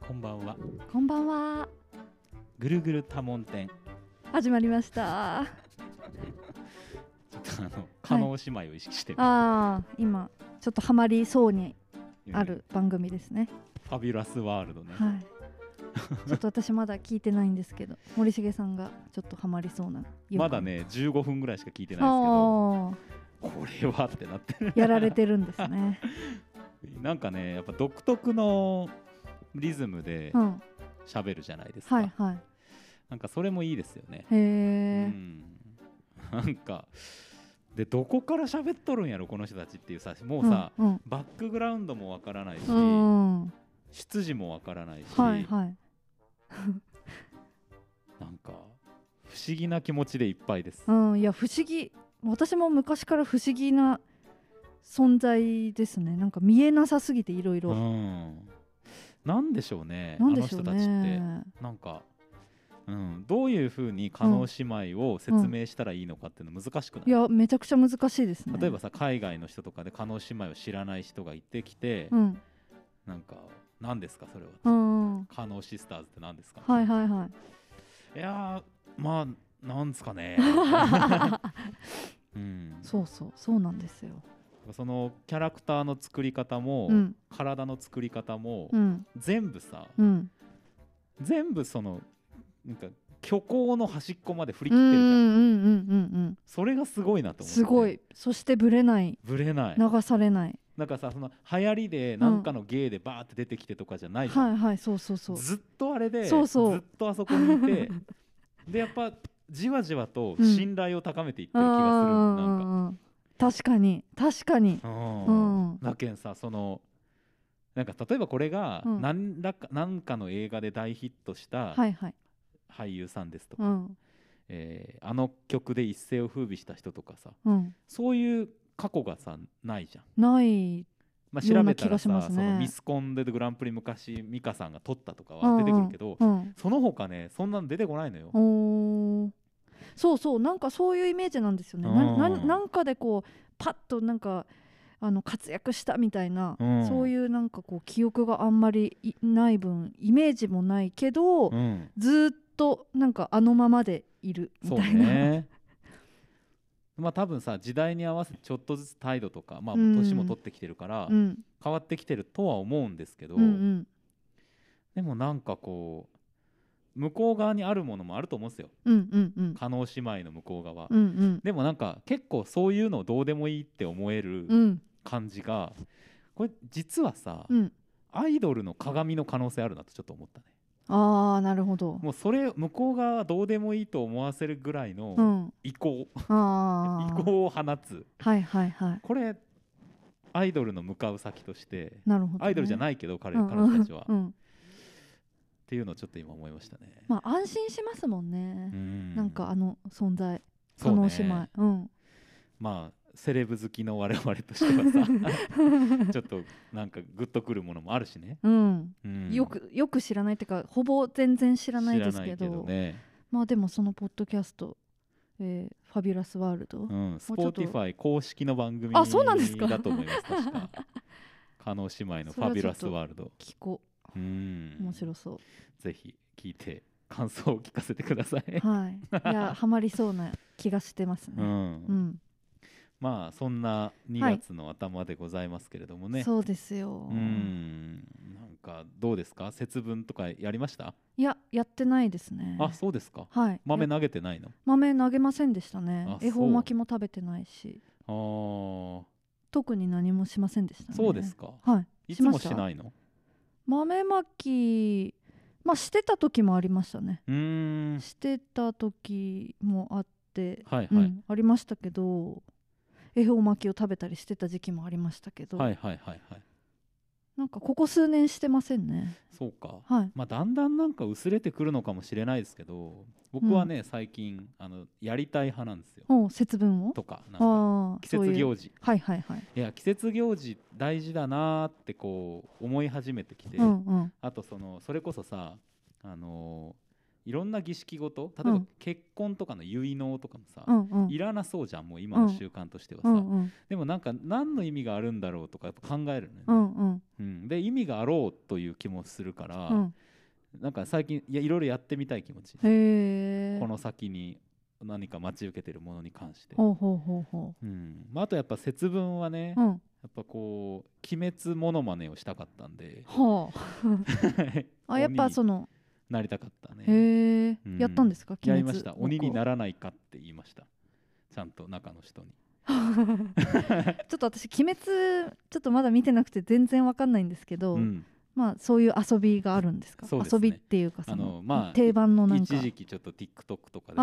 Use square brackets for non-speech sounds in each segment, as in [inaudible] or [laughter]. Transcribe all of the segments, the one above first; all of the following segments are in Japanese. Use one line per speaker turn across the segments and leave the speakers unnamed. こんばんは。
こんばんは。
ぐるぐる多聞店。
始まりました。
ち
あ
ょっとあの、加納姉妹を意識してる、
あー、今ちょっとハマりそうに
うん
あ。る番組ですね。
ファビュラスワールドね。
はい。ちょっと私まだ聞いてないんですけど、森重さんがちょっとハマりそうな。
まだ。ね、15分ぐらいしか聞いてない
あ
ですけど、これはってなってる。 [laughs]
あ、やられてるんですね。
なんかね、やっぱ独特のリズムで
うん、
喋るじゃないですか。
はいはい。
なんかそれもいいですよね。う
へえ。
ん。なんか、で、どこから喋っとるんやろ、この人たちっていうさ、もうさ、
うん、
バックグラウンドもわからないし、
うん、うん
出自もわからないし、
はいはい。
なんか不思議な気持ちでいっぱいです。
うん、いや不思議。私も昔から不思議な存在ですね。なんか見えなさすぎていろいうろ。
ん、なんでしょうね
なんでしょう
あの人たちっ
ね。
てなんか、うん、どういうふうに加納姉妹を説明したらいいのかっていうの難しくない,、
いやめちゃくちゃ難しいですね。
例えばさ海外の人とかで加納姉妹を知らない人がいてきて、
うん、
なんか何ですかそれは、
うん、はい
加納シスターズって何ですか、
はい
い、
はい
やーまあなんですか
[laughs]
ね、うん、
そうそうそうなんですよ。
そのキャラクターの作り方も、
うん
体の作り方も、
うん
全部さ、
うん。
全部そのなんか虚構の端っこまで振り
う
切
んう
って
ん
るじゃん、
うんうん
それがすごいなと
うん。
思って
すごい。そしてブレない
ぶれない
流されない。
なんかさその流行りでなんかの芸でバーって出てきてとかじゃないじゃん
はいはいそうそうそう。
ずっとあれで
そうそう
ずっとあそこにい
[laughs]
てでやっぱじわじわと
うん
信頼を高めていって
う
る気
ん
がする、
うんう
なんか
んうん。確かに確かに。
うん
うん
だけんさそのなんか例えばこれが
うん
何らか,、なんかの映画で大ヒットした
はいはい。
俳優さんですとか、
うん
えーあの曲で一世を風靡した人とかさ
うん。
そういう過去がさないじゃん、
ない。
まあ、調
ような
べ
気
た
が
ら
し
さ、
ますね
そのミスコンでグランプリ昔美香さんが取ったとか
うん
は出
うん
てくるけど、
うん。
その他ねそんなの出てこないのよ、
おーそうそうなんかそういうイメージなんですよね。なな
うん
なんかでこうパッとなんかあの活躍したみたいな、
うん
そういうなんかこう記憶があんまりいない分イメージもないけど、
うん、
ずーっとなんかあのままでいるみ
そう
たいな。
ね [laughs] まあ多分さ時代に合わせてちょっとずつ態度とか、まあ、
うん
年も取ってきてるから
[laughs] うん
変わってきてるとは思うんですけど、
うんうん
でもなんかこう向こう側にあるものもあると思うんですよ
うんうんうん
加納姉妹の向こう側、
うんうん
でもなんか結構そういうのどうでもいいって思える
うん
感じが、これ実はさ、
うん
アイドルの鏡の可能性あるなとちょっと思ったね
ああなるほど。
もうそれ向こう側はどうでもいいと思わせるぐらいうの
ん、
意向、
あ
[laughs] 意
あ
向を放つ
はいはいはい
これアイドルの向かう先として
なるほどね、
アイドルじゃ
い
ないけど彼,、
うん
彼女たちは、
うん
っ
うん
ていうのをちょっと今思いましたね、
まあ安心しますもんね
う。ん
なんかあの存在
そ
加
う
納
ね
姉妹
[laughs]
うん
まあセレブ好きの我々としてはさ [laughs] ちょっとなんかグッとくるものもあるしね、
うん
うん
よくよく知らないっていうかほぼ全然知らないですけ
知らない
ど
ね
まあでもそのポッドキャスト「えーファビュラスワールド
うん、ス
ょっ
ポー
と
ティファイ公式の番組
あそうなんですか
だと思います確
[laughs]
か加納姉妹の「ファビュラスワールド」」
聞こ
うん
う面白そう
ぜひ聞いて感想を聞かせてください、
[laughs] はいい
[laughs]
やハマりそうな気がしてます
う
ね
ん
うん
まあそんな2
はい
月の頭でございますけれどもね、
そうですよ
うんなんかどうですか節分とかやりました、
いややってないですね
あそうですか
はい
豆
え
投げてないの
豆投げませんでしたね
あそう
恵方巻きも食べてないし
あー
特に何もしませんでしたね
そうですか、
はい
いつも
し
し
ました
ないの
豆まきまあしてた時もありましたね
うーん
してた時もあって、
はいはい、
うん、ありましたけど恵方巻きを食べたりしてた時期もありましたけど、
はいはいはいはい
なんかここ数年してませんね
そうか
はい
まあ、だんだんなんか薄れてくるのかもしれないですけど僕はね、最近あのやりたい派なんですよ
おう節分を
とかなんか
ああ
季
そう
節
いう
行事い
はいはいはい
や季節行事大事だなーってこう思い始めてきて、
うんうん
あとそのそれこそさあのーいろんな儀式ごと例え
う
ば
ん
結婚とかの結納とかもさ、
うんうん
いらなそうじゃんもう今の習慣としてはさ、
うんうん
でもなんか何の意味があるんだろうとかやっぱ考えるのよね、
うんうん
うんで意味があろうという気もするから、
うん
なんか最近いやいろいろやってみたい気持ち、
へえ
この先に何か待ち受けてるものに関して、
ほうほうほうほ
うんまあ、あとやっぱ節分はね、
ううん
やっぱこう鬼滅モノマネをしたかったん
[laughs]
で
はああやっぱそ
の
の
なりたかったね
へえ
うん
やったんですか
やりました鬼にな
る
らないかって言いましたちゃんと中の人に
ちょっと私鬼滅ちょっとまだ見てなくて全然わかんないんですけど
うん
まあそういう遊びがあるんですか
そうです
遊
ね
びっていうかそ
あのまあ
定番のなんか
一時期ちょっと TikTok とかでもあれした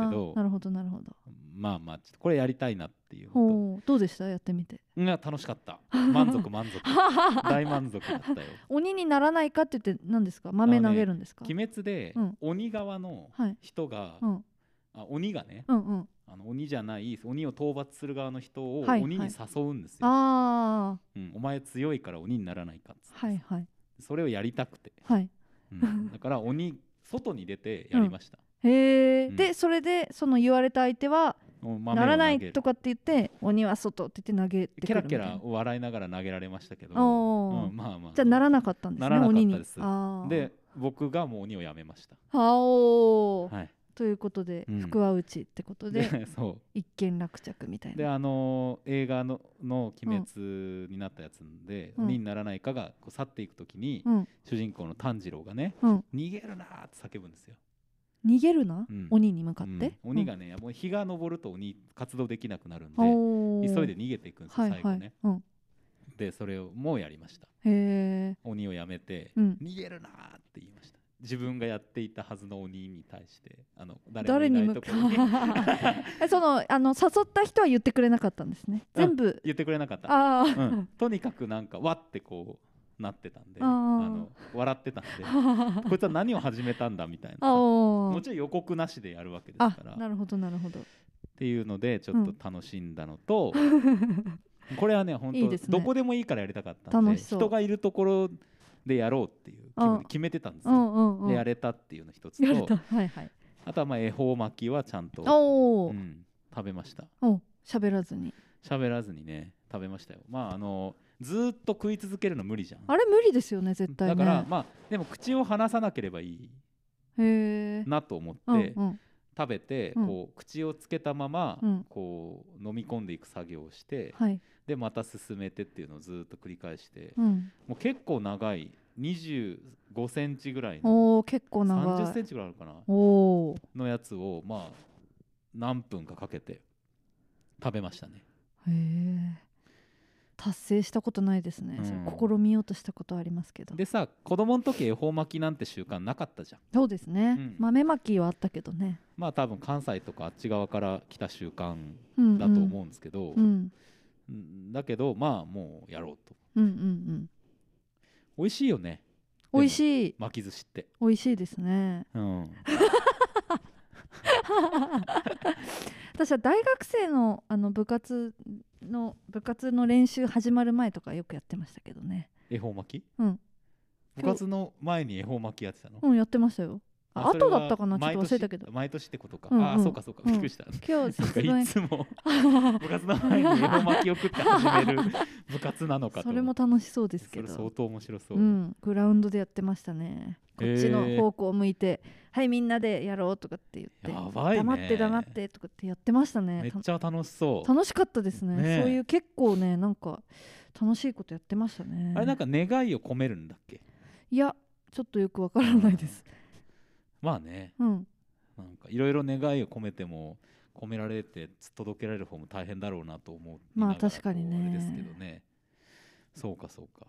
んですけど
ーなるほどなるほど
まあまあちょっとこれやりたいなっていうのと
ほうどうでしたやって
[laughs]
みて
うんあ楽しかった満足満
[laughs]
足大満足だったよ
鬼にならないかって言って何ですか豆投げるんですか、
鬼滅で
うん
鬼側の
はい
人が、
うん
あ鬼がね
うんうん
あの鬼じゃない鬼を討伐する側の人を
はい
鬼
は
に
い
誘うんですよ、
ああ
うん、お前強いから鬼にならないかっつってさ
はいはい
それをやりたくて、
はい
うん
[laughs]
だから鬼外に出てやりました、
へえ、
うん
でそれでその言われた相手は
もう豆を
ならない
投げる
とかって言って鬼は外って言って投げ
ケ
てくる
ラ
み
ケ
たいな
ラ笑いながら投げられましたけど、
おー
うんまあまあ
じゃあならなかったんですね
ならなかった
鬼に
です
あー
で僕がもう鬼をやめました
はおー
はい
ということで、
うん
福は内ってことで
でそ
[laughs] 一件落着みたいう
で
な
あのー映画の「の鬼滅」になったやつで、
うん
鬼にならないかがこう去っていくときに、
うん
主人公の炭治郎がね
うん
「逃げるな!」って叫ぶんですよ、
逃げるな、
うん
鬼に向かっ
うん
て、
鬼がね、もう日が昇ると鬼活動できなくなるんで
うん、おー
急いで逃げていくんですよ
はい
最後
は
ね、
い、うん
でそれをもうやりました
へえ、
鬼をやめて、
うん、
逃げるなーって言いました自分がやっていたはずの鬼に対してあの
誰
誰も
に
いな
向
いと
か
ころに
え [laughs] そのあの誘った人は言ってくれなかったんですね
うん
全
[laughs]
部
言ってくれなかった、
あ
う
あ、 [laughs]
ん、とにかくなんかわってこうなってたんで
あ
あ
ー
の笑ってたんでこいつは何を始めたんだみたい
あ
な
お
も
ー
ちろん予告なしでやるわけです
あ
から
な
っ
るほどなるほど
ていうのでちょっと楽しんだのと、
[laughs]
これはね本当
いいですね
どこでもいいからやりたかったんで
楽しそう
人がいるところでやろうっていう決
あ
め決めてたんです
う
よ、
んうんうん
でやれたっていうの一つ
やれ
と
たはいはい
あとはまあ恵方巻きはちゃんと、
おお、
うん、食べました
お喋らずに
喋らずにね食べましたよまああのずーっと食い続けるの無理じゃん
あれ無理ですよね絶対ね
だからまあでも口を離さなければいい
へえ
なと思って、
うんうん
食べて
うん
こう口をつけたまま、
うん
こう飲み込んでいく作業をして、
はい
でまた進めてっていうのをずーっと繰り返して、
うん
もう結構長い25センチぐらいの
おお結構
30
長
セ
い
ンチぐらいあるかな
おお
のやつをまあ何分かかけて食べましたね
ーへえ達成したことないですね、
うん
それ試みようとしたことはありますけど
でさ子供の時恵方巻きなんて習慣なかったじゃん
そうですね、
うん
豆まきはあったけどね、
まあ多分関西とかあっち側から来た習慣
うんうん、
だと思うんですけど、
うん
うんだけどまあもうやろうと
うんうんうん
美味しいよね
美味しい
巻き寿司って、
美味しいですね
うん、
私は大学生のあの部活の部活の練習始まる前とかよくやってましたけどね
恵方巻き、
うん
部活の前に恵方巻きやってたの、
うんやってましたよあ
それ
後
は
だったかなちょっと忘れたけど
毎年毎年ってことか、
うんうん
ああそうかそうか
うん
びっくりした、
今日
なんか
説明
いつも
[laughs]
部活の前に恵方巻きを食って始める部活なのかと
そ
思
れ
っ
も
て
楽しそうですけ
それ相
ど
当面白そう、
うんグラウンドでやってましたねこっちの
へー
方向を向いて、はいみんなでやろうとかって言って
やばいね
黙って黙ってとかってやってましたね
めっちゃ楽しそう
楽しかったですね
ねえ
そういう結構ねなんか楽しいことやってましたね
あれなんか願いを込めるんだっけ
いやちょっとよくわからないです
まあね
うん
なんかいろいろ願いを込めても込められて届けられる方も大変だろうなと思う
まあ
ながら
確かにね
こうあれですけどねそうかそうか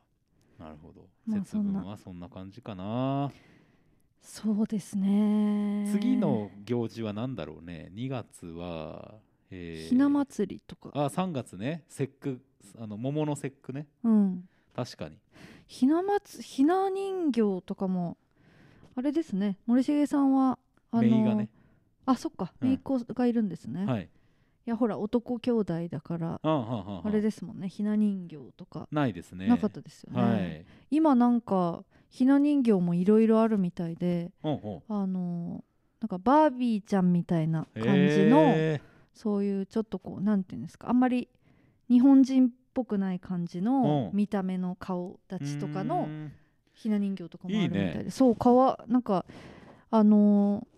なるほど、
まあ
節分はそんな感じかな
そうですね
次の行事は何だろうね2月は、えー
ひな祭りとか
あ3月ね節句あの桃の節句ね
うん
確かに
ひな祭ひな人形とかもあれですね森重さんはあの
メイがね
あそっか、
うん
メイ子がいるんですね、
はい
やほら男兄弟だから
あはんはんはん
あれですもんねひな人形とか
ないですね
なかったですよね、
はい
今なんかひな人形もいろいろあるみたいで
うんうん
あのなんかバービーちゃんみたいな感じの、
へ
そういうちょっとこうなんていうんですかあんまり日本人っぽくない感じの
うん
見た目の顔立ちとか
うー
の
ん
ひな人形とかもあるみたいで
いい
そうかわなんかあのー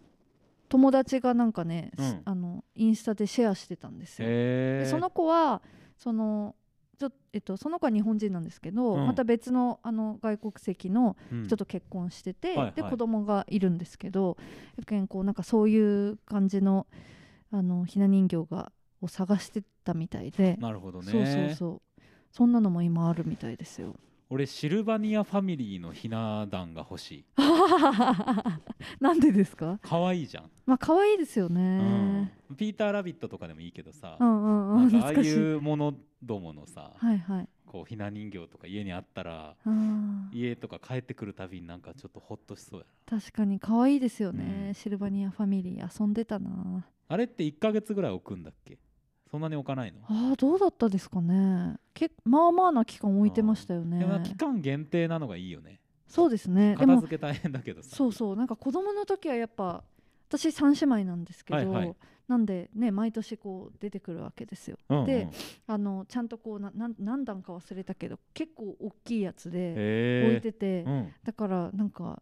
友達がなんかね、
うん
すあのインスタでシェアしてたんですよ。
へ
で
え
その子はそのちょ、えっと、その子は日本人なんですけど、
うん
また別のあの外国籍の
うん
人と結婚してて、
はい
で
はい
子供がいるんですけど、やけんこうなんかそういう感じのあのひな人形がを探してたみたいで、
なるほどね
そうそうそうそんなのも今あるみたいですよ。
俺シルバニアファミリーのひな壇が欲しい
[laughs] なんでですか？
可愛いじゃん、
まあ可愛いですよ
う
ね
ん。、ピーター・ラビットとかでもいいけどさ、
うんう
なん
んう
んかああ
懐かし
い
い。
うものどものさ、
はいはい。
こうひな人形とか家にあったら
あー
家とか帰ってくるたびになんかちょっとほっとしそうや
確かに可愛いですよね、
うん
シルバニアファミリー遊んでたな
なあれって1ヶ月ぐらい置くんだっけそんなに置かないの、
あーどうだったですかねけまあまあな期間置いてましたよね
でもなんか期間限定なのがいいよね
そうですねで
片
も
付け大変だけどさ
そうそうなんか子供の時はやっぱ私3姉妹なんですけど、
はいはい
なんでね毎年こう出てくるわけですよ
うんうん
であのちゃんとこうななん何段か忘れたけど結構大きいやつで
へー
置いてて、
うん、
だからなんか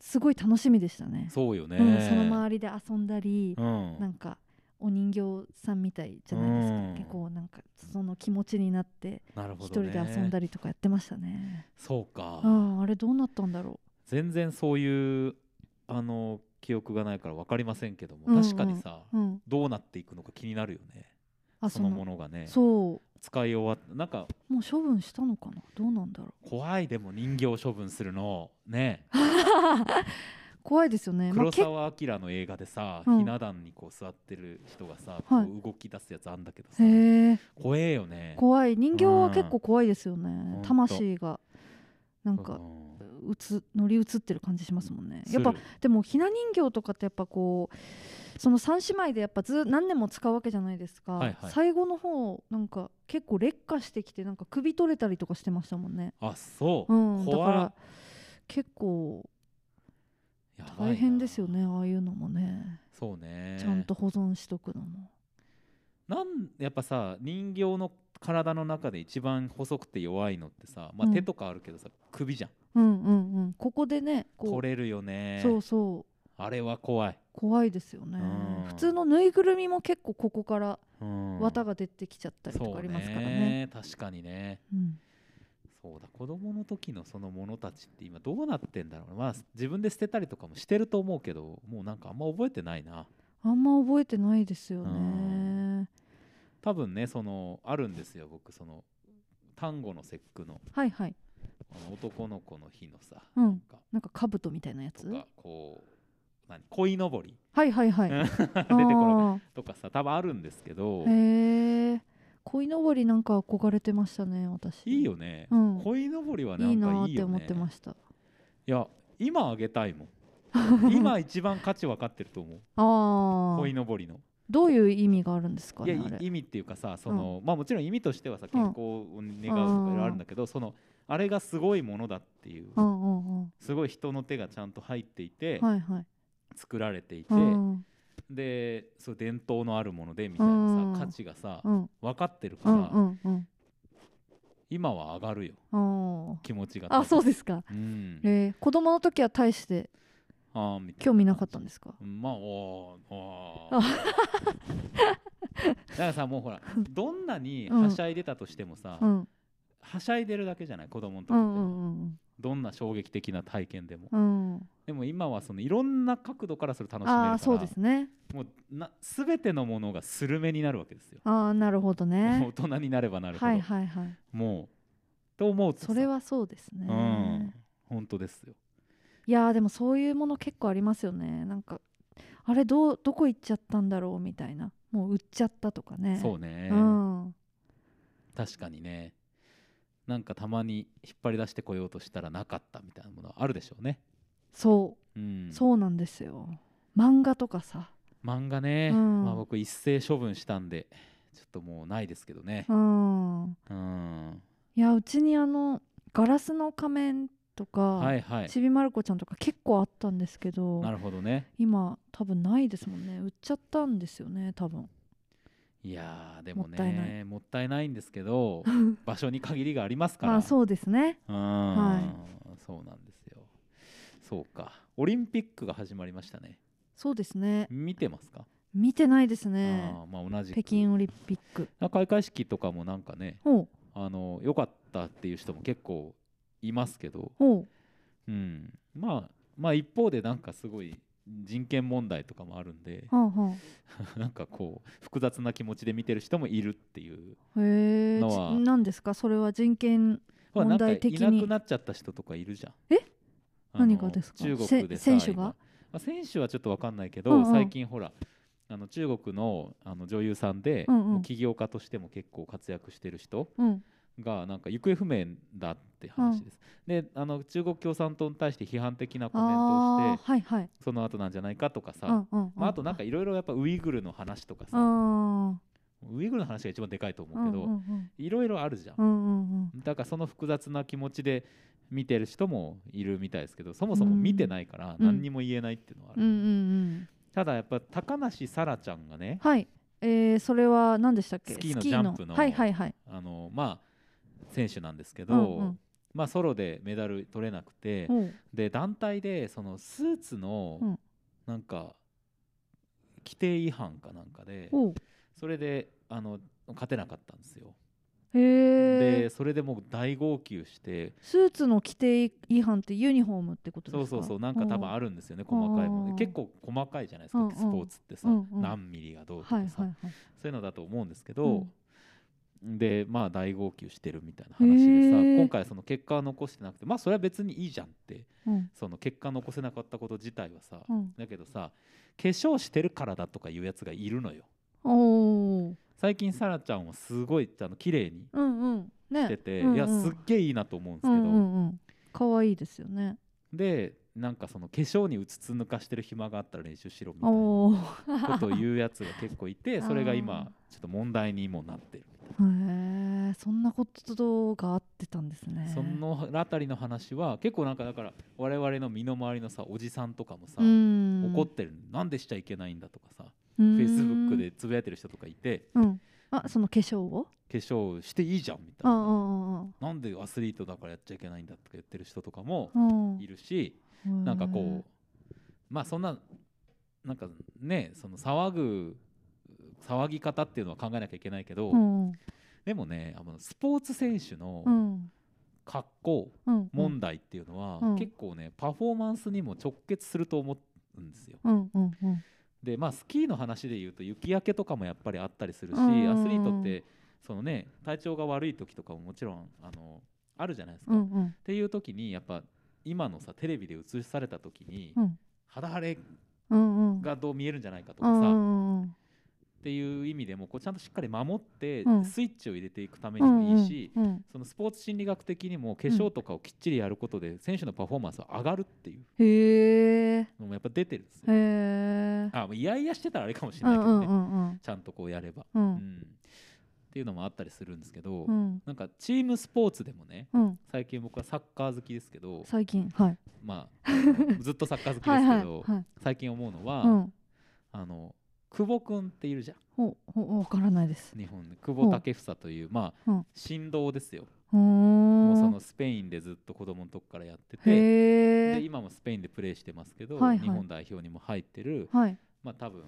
すごい楽しみでしたね
そうよね、
うん、その周りで遊んだり、
うん
なんかお人形さんみたいじゃないですか、
うん
結構なんかその気持ちになって
なる
一
ほど
人
ね
で遊んだりとかやってましたね
そうか
あああれどうなったんだろ
全然そういうあの記憶がないから分かりませんけども、
うんうん
確かにさ、
う、うん、
どうなっていくのか気になるよね
あ
そのものがね
そ
使い終わっなんか
うもう処分したのかなどうなんだろ
怖いでも人形処分するのね
う怖いですよね、ま
黒
あ、け
澤明の映画でさ、
うん
ひな壇にこう座ってる人がさ、
はい
こう動き出すやつあんだけどさ、
へえ
怖えよね
怖い人形は結構怖いですよ
ほん
ね
と
魂がなんか
うん
うつ乗り移ってる感じしますもんねやっぱ
する
でもひな人形とかってやっぱこうその3姉妹でやっぱず何年も使うわけじゃないですか、
はいはい
最後の方なんか結構劣化してきてなんか首取れたりとかしてましたもんね、
あそう、
うん、だか
怖
ら結構
やばいな
大変ですよねああいうのもね、
そうね
ちゃんと保存しとくのも
なんやっぱさ人形の体の中で一番細くて弱いのってさ、まあ、
うん
手とかあるけどさ、首じゃん
うんうんうんここでねこう
取れるよね
そうそう
あれは怖い、
怖いですよね
うん
普通のぬいぐるみも結構ここから
うん
綿が出てきちゃったりとかありますからね。
そう確かにね
うん
そうだ子供の時のそのものたちって今どうなってんだろうなまあ自分で捨てたりとかもしてると思うけどもうなんかあんま覚えてないな
あんま覚えてないですよ
う
ね
ん。多分ねそのあるんですよ僕その単語の節句の
はいはい。
あの男の子の日のさ、
うん
なんか
なんか兜みたいなや
と
つ。
かこう何鯉のぼり [laughs]
はいはいはい。
出
あ
てこなかっ
あ
たとかさ多分あるんですけど
ーへえ。鯉のぼりなんか憧れてましたね、私。
いい。よね、
うん
鯉のぼりはない
い
ん
な
か
ー
い
っ
い
て
よ
思
ね
ってました。
いや今あげたいも
[laughs]
ん今一番価値分かってると思う
あ
鯉
あ。
のぼりの
どういう意味があるんですか
いや
ね、
い
あれ。
意味っていうかさその、まあもちろん意味としてはさ健康を願うとかいろいろあるんだけど、そのあれがすごいものだっていう、
うんうんうん。
すごい人の手がちゃんと入っていて、
はいはい。
作られていて、
うん
でそう伝統のあるものでみたいな
う
さ
ん
価値がさ、
うん
分かってるか
う
ら、
んうんうん。
今は上がるよ
あ
気持ちが
あ。あ、そうですか。
うん、
えー、子供の時は大して
あーみたい
興味なかったんですか。
まあおーおー [laughs] だからさもうほらどんなにはしゃいでたとしてもさ、
うん。
はしゃいでるだけじゃない子供の時って、
うんうん
どんな衝撃的な体験でも、
うん。うん。
でも今はそのいろんな角度からそれ楽しめるから
ああー、そうですね。
もうな全てのものがスルメになるわけですよ、
ああ、なるほど
もう
ね。
大人に [laughs] なればなるほど、
はいはいはい。
もうと思うとさ
それはそうですね。
うん本当ですよ
いやーでもそういうもの結構ありますよねなんかあれどうどこ行っちゃったんだろうみたいなもう売っちゃったとかね
そうね、
うん、
確かにねなんかたまに引っ張り出してこようとしたらなかったみたいなものはあるでしょうね
そうう、
ん
そうなんですよ漫画とかさ、
漫画ね、
うん
まあ、僕一斉処分したんでちょっともうないですけどね
う、ん
うん、
いやうちにあのガラスの仮面とか、
はいはい
ちびまる子ちゃんとか結構あったんですけど
なるほどね
今多分ないですもんね売っちゃったんですよね多分
いやーでも
もったいな
ねもったいないんですけ
[laughs]
ど場所に限りがありますから
まあそうですね
うん、
は
そうなんですよそうかオリンピックが始まりましたね
そうですね
見てますか、
見てないですね
あーまあ同じく
北京オリンピック
なんか開会式とかもなんかね
ほう
あの良かったっていう人も結構いますけど、
ほ
う
う
ん、まあまあ一方でなんかすごい人権問題とかもあるんで
はあは
[laughs] なんかこう複雑な気持ちで見てる人もいるっていう
あへえ
のは
何ですかそれは人権
ほらなんか
問
い
題的に
なくなっちゃった人とかいるじゃん。
え
あの
何がですか
中国でさ
せ選手が
今まあ、選手はちょっとわかんないけど、
うんうん
最近ほらあの中国のあの女優さんで、
うんうん
もう起業家としても結構活躍してる人
うん
がなんか行方不明だって話です。であの中国共産党に対して批判的なコメントを
あ
して
あはいはい
その後なんじゃないかとかさ、
うんうんうん
まあ、あとなんかいろいろやっぱウイグルの話とか
あ
さ
ー
ウイグルの話が一番でかいと
うん
思うけ
うん
ど
うん
いろいろあるじゃん
う。んうんうん
だからその複雑な気持ちで見てる人もいるみたいですけどそもそも見てないから
うん
何にも言えないっていうのはあ
う
る、
んうんうん
ただやっぱ高梨沙羅ちゃんがね
はいえーそれは何でしたっけ
スキーのジャンプの
はいはいはい
あのまあ選手なんですけど、
うんうん
まあ、ソロでメダル取れなくて
ほう
で団体でそのスーツの
うん
なんか規定違反かなんかで
ほう
それであの勝てなかったんですよ。
へ
で
え
それでもう大号泣して
スーツの規定違反ってユニフォームってこと
そ
で
う
すか
そうそうなんか多分
る
あるんですよね細かいも
う
の
ん
で結構細かいじゃないです
う
か
んうん
スポーツってさ
うんうん
何ミリがどうと
は
か
いはい
さ
はい
そういうのだと思うんですけ
う
ど
ん
でまあ大号泣してるみたいな話でさ
へー
今回その結果は残してなくてまあそれは別にいいじゃんって
うん
その結果残せなかったこと自体はさ
うん
だけどさ化粧してるからだとかいうやつがいるのよ
おー
最近サラちゃんはすごいあの綺麗に
うんうんね
してて
うんうん
いやすっげえいいなと思うんです
う
け
んう
ど
んうん可愛いですよね
でなんかその化粧にうつつ抜かしてる暇があったら練習しろみたいな。
おお
ことを言うやつが結構いて
[laughs] あー
それが今ちょっと問題にもなってる
へえそんなことがあってたんですね
そのあたりの話は結構なんかだから我々の身の回りのさおじさんとかもさ、
うん
怒ってるなんでしちゃいけないんだとかさ
フ
フェイスブックでつぶやいてる人とかいて
うんあその化粧を
化粧していいじゃんみた
あ
い
あ
な
あ
なんでアスリートだからやっちゃいけないんだとか言ってる人とかも
あうん
いるし
な
なんかこうまあそんななんかねその騒ぐ騒ぎ方っていうのは考えなきゃいけないけど、
うん
でもねあのスポーツ選手の
うん
格好
うん
問題っていうのは、
うん
結構ねパフォーマンスにも直結すると思うんですよ。
うんうんうん
でまあスキーの話でいうと雪焼けとかもやっぱりあったりするし、
うんうんうん
アスリートってそのね体調が悪い時とかももちろんあのあるじゃないですか。
う
っ
んうん
ていう時にやっぱ今のさテレビで映された時に、
うん
肌荒れ
うんうん
がどう見えるんじゃないかと
う
か
ん
さ、
う
っ
んうん
ていう意味でもこうちゃんとしっかり守って、
うん
スイッチを入れていくため
う
に
ん
もいいし、
うんうん
そのスポーツ心理学的にも化粧とかをきっちりやることで選手のパフォーマンスは上がるっていう
へえ
のもやっぱ出てるんです
へ
よ。
え
あもうイヤイヤしてたらあれかもしれ
う
ない
ん
け
う
ど
んう
ね、
ん
ちゃんとこうやれば、
う
うんん。っていうのもあったりするんですけど、
うん
なんかチームスポーツでもね
うん
最近僕はサッカー好きですけど、
最近はい
まあ、あ [laughs] のずっとサッカー好きですけど
はいはいはい
最近思うのは、
うん
あの久保君っているじゃん
ほほわからないです
日本で久保建英という、まあ
うん
神童ですよ、
も
もうそのスペインでずっと子供のとこからやってて。
へ
で
え
今もスペインでプレーしてますけど、
はいはい
日本代表にも入ってる、
はい
まあ、多分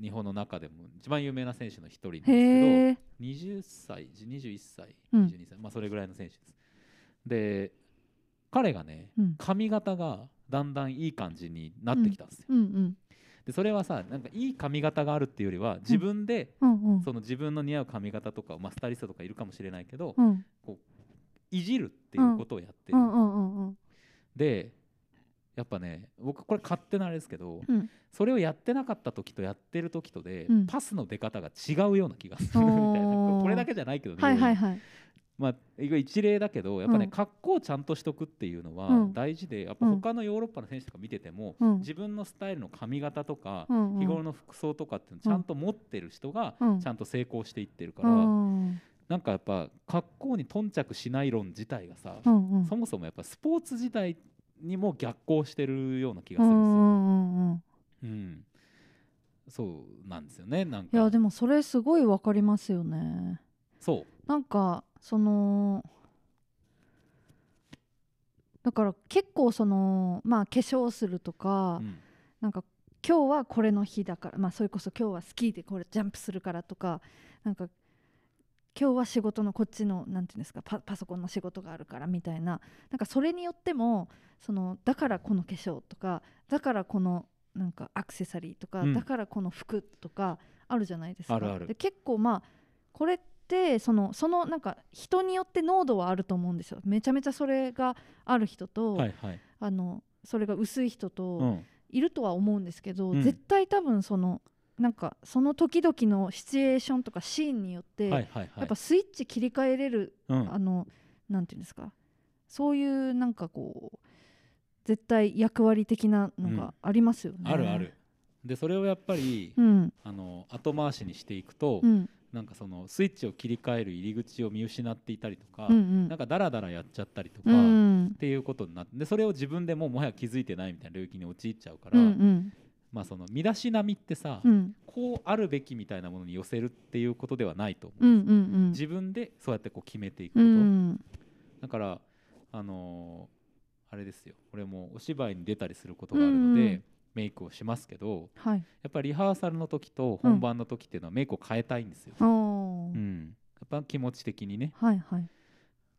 日本の中でも一番有名な選手の一人なんですけ
へえ
ど20歳21歳
うん
22歳、まあ、それぐらいの選手です。で彼がね
うん
髪型がだんだんいい感じになってきたんですよ。
うんうん
でそれはさなんかいい髪型があるっていうよりは自分で、
うんうん
その自分の似合う髪型とか、まあ、スタイリストとかいるかもしれないけど、
うん
いじるっていうことをやってる。
うんうんうんうん
でやっぱね僕これ勝手なあれですけど、
うん
それをやってなかった時とやってる時とで、
うん
パスの出方が違うような気がするみたい
おー
なこれだけじゃないけどね、
はいはい
要
はい
まあ、一例だけどやっぱね、
うん
格好をちゃんとしとくっていうのは
うん
大事で、やっぱ
うん
他のヨーロッパの選手とか見てても、
うん
自分のスタイルの髪型とか、
うんうん
日頃の服装とかっていうのちゃんと持ってる人が
うん
ちゃんと成功していってるから、
うん
なんかやっぱ格好に頓着しない論自体がさ、
うんうん
そもそもやっぱスポーツ自体にも逆行してるような気が
う
す
ん
る
うん
ですよ。
んうんうん
うん、そうなんですよねなん
いや
か
でもそれすごいわかりますよね
そう
なんかそのだから結構そのまあ化粧するとか、
うん
なんか今日はこれの日だからまあそれこそ今日はスキーでこれジャンプするからとかなんか今日は仕事のこっちのなんていうんですかパパソコンの仕事があるからみたいななんかそれによってもそのだからこの化粧とかだからこのなんかアクセサリーとか、
うん
だからこの服とかあるじゃないですか。
あるある
で結構まあこれってそのそのなんか人によって濃度はあると思うんですよ。めちゃめちゃそれがある人と、
はいはい、
あのそれが薄い人と、
うん、
いるとは思うんですけど、
うん
絶対多分そのなんかその時々のシチュエーションとかシーンによっ
は
て、
いはいはい
やっぱスイッチ切り替えれる、
うん
あのなんていうんですかそういうなんかこう絶対役割的なのがありますよね。
あるある。でそれをやっぱり、
うん
あの後回しにしていくと、
うん
なんかそのスイッチを切り替える入り口を見失っていたりとか、
うんうん
なんかダラダラやっちゃったりとか、
うんう
っ
ん
ていうことになってでそれを自分でももはや気づいてないみたいな領域に陥っちゃうか
う
ら、
ん
まあその身だしなみってさ、
うん
こうあるべきみたいなものに寄せるっていうことではないと思う
うんん
です、
うん
自分でそうやってこう決めていくこ
う
と、
ん
だからあのーあれですよ俺もお芝居に出たりすることがあるので、
うんうん
メイクをしますけど
はい
やっぱりリハーサルの時と本番の時っていうのはメイクを変えたいんですよ、
あー
うんやっぱ気持ち的にね
はいはい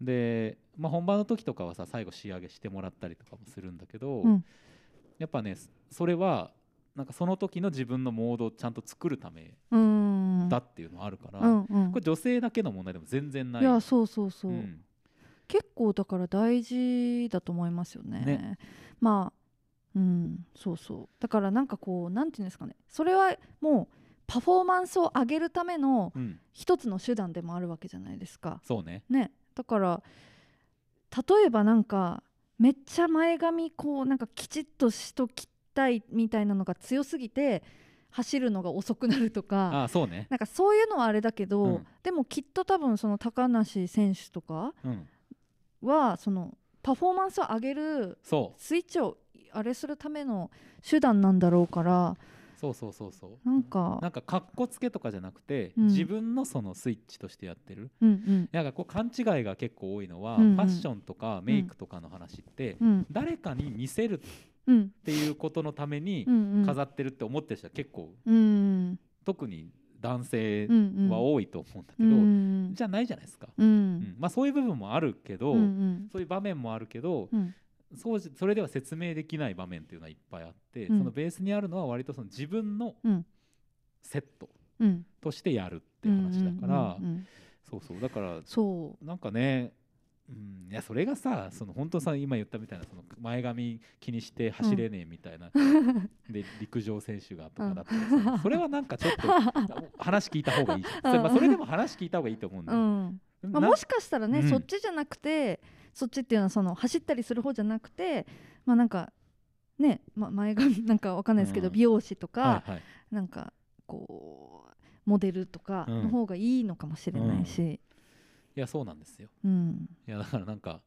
で、まあ、本番の時とかはさ最後仕上げしてもらったりとかもするんだけど、
うん
やっぱねそそれはなんかその時の自分のモードをちゃんと作るため
うん
だっていうのはあるから、
うんうん
これ女性だけの問題でも全然ない
いやそうそうそうう、
ん
結構だから大事だと思いますよね。
ね
まあうんそうそうだからなんかこうなんていうんですかねそれはもうパフォーマンスを上げるための
うん
一つの手段でもあるわけじゃないですか。
そうね
ねだから例えばなんかめっちゃ前髪こうなんかきちっとしときたいみたいなのが強すぎて走るのが遅くなるとか。
ああそうね
なんかそういうのはあれだけど、
うん
でもきっと多分その高梨選手とか
うん
はそのパフォーマンスを上げる
そう
スイッチをあれするための手段なんだろうから
そうそうそうそう
なんか
なんかかっこつけとかじゃなくて、
うん
自分のそのスイッチとしてやってる
うん
なんかこう勘違いが結構多いのは、
うんうん
ファッションとかメイクとかの話って、
うんうん
誰かに見せるっ
うん
ていうことのために
うんうん
飾ってるって思ってる人は結構
うん
特に男性
うんうん
は多いと思うんだけ
う
ど、
ん
じゃないじゃないですか、
う
うんんまあ、そういう部分もあるけど、
うんうん
そういう場面もあるけど、
うん
そうじそれでは説明できない場面っていうのはいっぱいあって、
うん
そのベースにあるのは割とその自分の
うん
セット
うん
としてやるって話だから、
うんうんうん
そうそうだから
そ
なんかね、うん、いやそれがさその本当さ今言ったみたいなその前髪気にして走れねえみたい
[laughs]
な、で陸上選手がとかだったらさ、
うん
それはなんかちょっと話聞いた方がいいじゃん、
うん
それまあ、それでも話聞いた方がいいと思うん
う、
だ
う
よ、
んまあ、
な
もしかしたらね、
うん
そっちじゃなくてそっちっていうのはその走ったりする方じゃなくてまあなんかね、ま、前髪なんかわかんないですけど、
うん
美容師とか、
はいはい
なんかこうモデルとか
うん
の方がいいのかもしれないし、
いやそうなんですよ
うん
いやだからなんか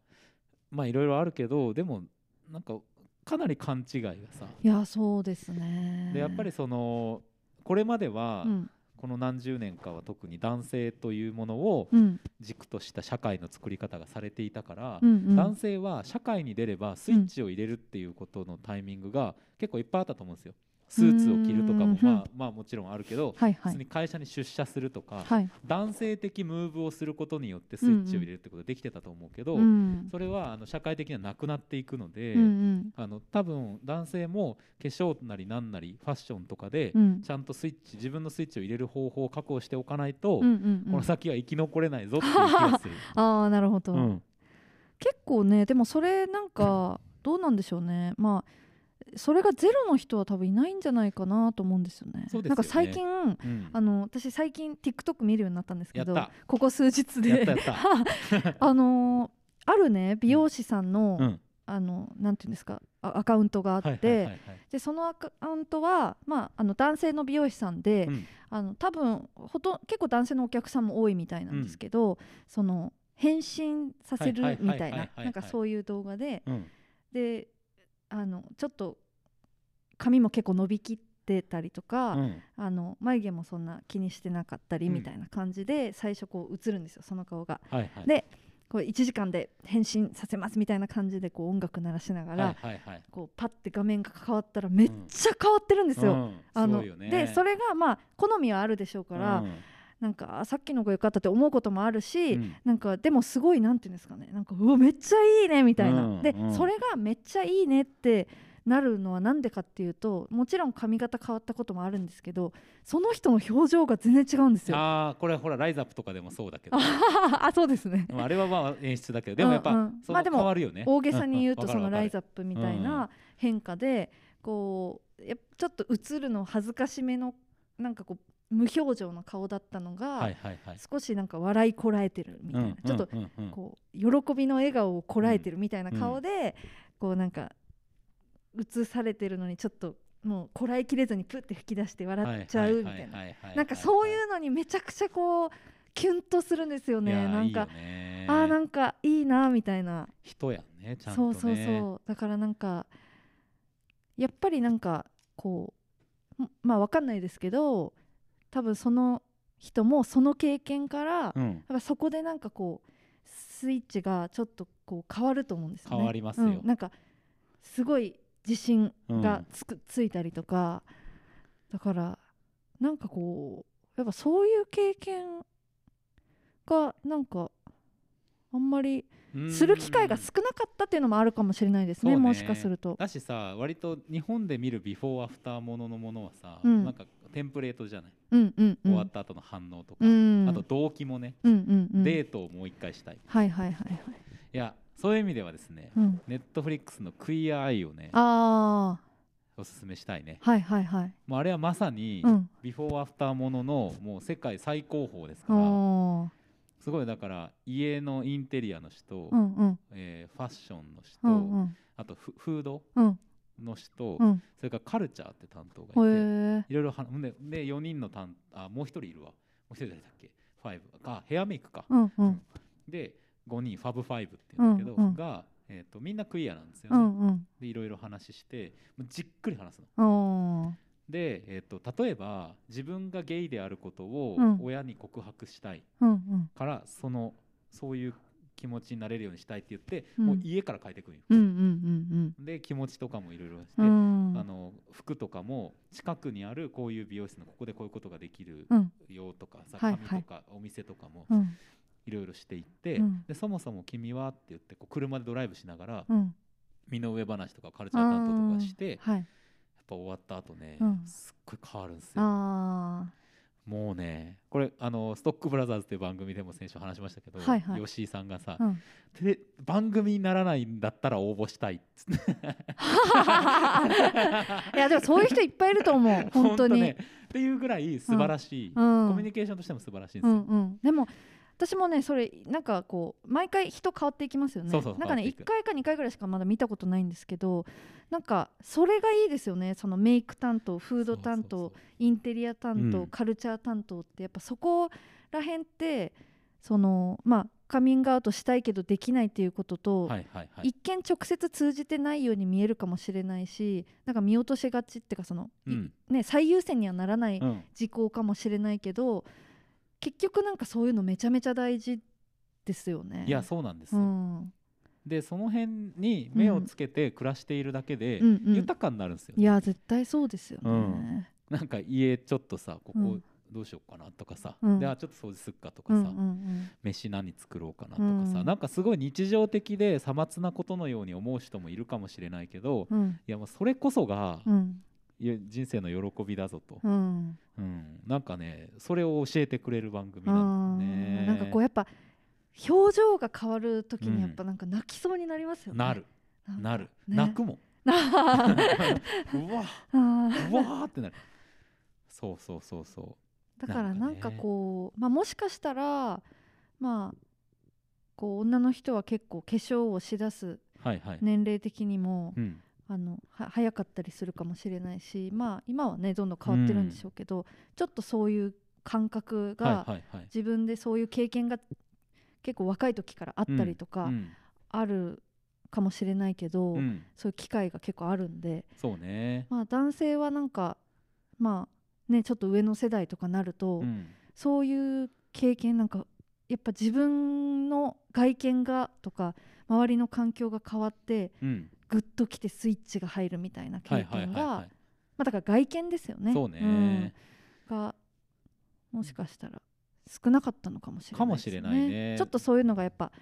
まあいろいろあるけどでもなんかかなり勘違いがさ
いやそうですね。
でやっぱりそのこれまでは、
うん
この何十年かは特に男性というものを
うん
軸とした社会の作り方がされていたから
う、ん
男性は社会に出ればスイッチを入れるっていうことのタイミングが結構いっぱいあったと思うんですよ。スーツを着るとかも
うん
まあまあもちろんあるけど、
はい
普
は
通
い
に会社に出社するとか、
はい。
男性的ムーブをすることによってスイッチを入れるってことができてたと思うけど、
うん
それはあの社会的にはなくなっていくので、
うん
あの多分男性も化粧なりなんなりファッションとかで
うんうん
ちゃんとスイッチ自分のスイッチを入れる方法を確保しておかないと、
うんうんうん
この先は生き残れないぞっていう気がす
[laughs]
る。
ああなるほど、
うん
結構ねでもそれなんかどうなんでしょうねまあそれがゼロの人は多分いないんじゃないかなと思うんですよね。
そうですよね
なんか最近
うん
あの私最近 TikTok 見るようになったんですけど
やった
ここ数日で
やったやった
[laughs] あのあるね美容師さんの、
うん
あのなんていうんですかあアカウントがあって、
はいはいはいはい
でそのアカウントは、まあ、あの男性の美容師さんで、
うん
あの多分ほとん結構男性のお客さんも多いみたいなんですけど、その変身させ
はい
る
はい
み
はい
たい
はい
な
はい
なんかそういう動画で
うん
であのちょっと髪も結構伸びきってたりとか、
うん
あの眉毛もそんな気にしてなかったり
うん
みたいな感じで、最初こう映るんですよその顔が。
はいはい
でこう1時間で変身させますみたいな感じでこう音楽鳴らしながら、
はいはいはい
こうパッて画面が変わったらめっちゃ変わってるんですよ。
うん
あの
そうよね
でそれがまあ好みはあるでしょうから、
うん
なんかあさっきのが良かったって思うこともあるし、
うん
なんかでもすごいなんていうんですかねなんかうわめっちゃいいねみたいな、
うん
で、
うん
それがめっちゃいいねってなるのはなんでかっていうともちろん髪型変わったこともあるんですけどその人の表情が全然違うん [laughs] ですよ。あ
ああこれほらライザップとかでもそうだけど
そうですね、
まああれはまあ演出だけどでもやっぱ
うんうん
そ
ま
の
あで
変
も
わるよね
大げさに言うと
んん
そのライ
わ
ザップみたいな変化でこうやっぱちょっと映るの恥ずかしめのなんかこう無表情の顔だったの
かるわかるは
が
いはいはい
少しなんか笑いこらえてるみたいなちょっと
うんうんうん
こう喜びの笑顔をこらえてるみたいな顔でこうなんか映されてるのにちょっともうこらえきれずにプッて吹き出して笑っちゃうみたいな
はははは
なんかそうい
は
うのにめちゃくちゃこうキュンとするんですよ
い
ね
やー
なん
い
か
いよね
あーなんかいいなみたいな
人やんねちゃんと
そう
ね
そうそうだからなんかやっぱりなんかこうんまあわかんないですけど多分その人もその経験から、
うん
やっぱそこでなんかこうスイッチがちょっとこう変わると思うんですよね。
変わりますよ
うんなんかすごい自信がつく、ついたりとかだからなんかこうやっぱそういう経験がなんかあんまり
うん
する機会が少なかったっていうのもあるかもしれないですね
そうね
もしかすると。
だしさ割と日本で見るビフォーアフターもののものはさ、
うん
なんかテンプレートじゃない、
うんうんうん
終わった後の反応とか、
うん
あと動機もね、
うんうんうん
デートをもう一回したいい
はいはいはいはい。
やそういう意味ではですね、
うん、
ネットフリックスの「クイアアイ」をね
あ
おすすめしたいね
あはいはいはい。
もうあれはまさに、
うん。
ビフォーアフターもののもう世界最高峰ですから
あ
すごいだから家のインテリアの人、
あうんうん
えーファッションの人、
うんうん
あとフフード
うん
の人、
うん。
それからカルチャーって担当がいて、
へえ
いろいろはでで4人の担あもう1人いるわもう1人だったっけ5あヘアメイクか、
うんうん
で5人ファブファイブって言うんだけど、
うんうん
が、えー、とみんなクイアなんですよ
う
ね、
んうん
でいろいろ話してもうじっくり話すの
あ
で、えー、と例えば自分がゲイであることを
うん
親に告白したい
あうんうん
から、そのそういう気持ちになれるようにしたいって言って、
うん
もう家から帰ってくるよ、
うんうん
で気持ちとかもいろいろして、
うんうん
あの服とかも近くにあるこういう美容室のここでこういうことができる
うん
よとかさ
はい
髪
はい
とかお店とかも
うん
いろいろしていって、
うん
でそもそも君はって言ってこう車でドライブしながら
うん
身の上話とかカルチャー担当とかしてやっ
はい
ぱ終わった後ね、
うん
すっごい変わるんですよ。
あ
もうねこれあのストックブラザーズっていう番組でも先週話しましたけど、
はいはい
吉井さんがさ、
あうん
で番組にならないんだったら応募したいっつって
いやでもそういう人いっぱいいると思う [laughs]
[laughs]
本当に
ね、っていうぐらい素晴らしい、
うん
コミュニケーションとしても素晴らしいんで
う
すよ。
んうんでも私もねそれなんかこう毎回人変わっていきますよね
そうそう
なんかね
変わっ
一
ていく
回か二回ぐらいしかまだ見たことないんですけどなんかそれがいいですよねそのメイク担当フード担当
そうそう
インテリア担当、
うん
カルチャー担当ってやっぱそこら辺ってそのまあカミングアウトしたいけどできないっていうこと
そ
と、
うはいはいはい
一見直接通じてないように見えるかもしれないしなんか見落としがちっていうかその、い
うん
ね、最優先にはならない
うん
事項かもしれないけど、結局なんかそういうのめちゃめちゃ大事ですよね。
いやそうなんです
う
よ、
んうん
でその辺に目をつけて暮らしているだけで
うん
豊かになるんですよ、
いや絶対そうですよね。
うんなんか家ちょっとさここ
うん
どうしようかなとかさ、
うん
であちょっと掃除すっかとか
う
さ、
んうん
飯何作ろうかなとかさ、
うん
なんかすごい日常的でさまつなことのように思う人もいるかもしれないけど、い
うんうん
やもうそれこそが、
うん
いや人生の喜びだぞと、
うん
うんなんかねそれを教えてくれる番組
あ
なんですね。
ーなんかこうやっぱ表情が変わるとき
うん
[laughs] にやっぱなんか泣きそうになりますよね。
なる
んか
なる、
ね [laughs]
泣くもんうわ
あー
うわーってなるそうそうそうそ
だか
な
らなんん
か
か
ね
こう、まあ、もしかしたらまあこう女の人は結構化粧をしだす
うはいはい、
年齢的にも、
うん
あのは早かったりするかもしれないし、まあ、今はねどんどん変わってるんでしょうけど、ちょっとそういう感覚
は
が、
いはいはい
自分でそういう経験が結構若い時からあったりと
う
か
ん
あるかもしれないけど、
うん
そういう機会が結構あるんで、
そうね、
まあ、男性はなんかまあねちょっと上の世代とかなると、
うん、
そういう経験なんかやっぱ自分の外見がとか周りの環境が変わって
うん、
グッときてスイッチが入るみたいな
はい
経
はいはい
験が、
は
まあ、だから外見ですよ
い
ね
そうね、
うんがもしかしたら少なかったのかもしれない
かもしれないね
ちょっとそういうのがやっぱ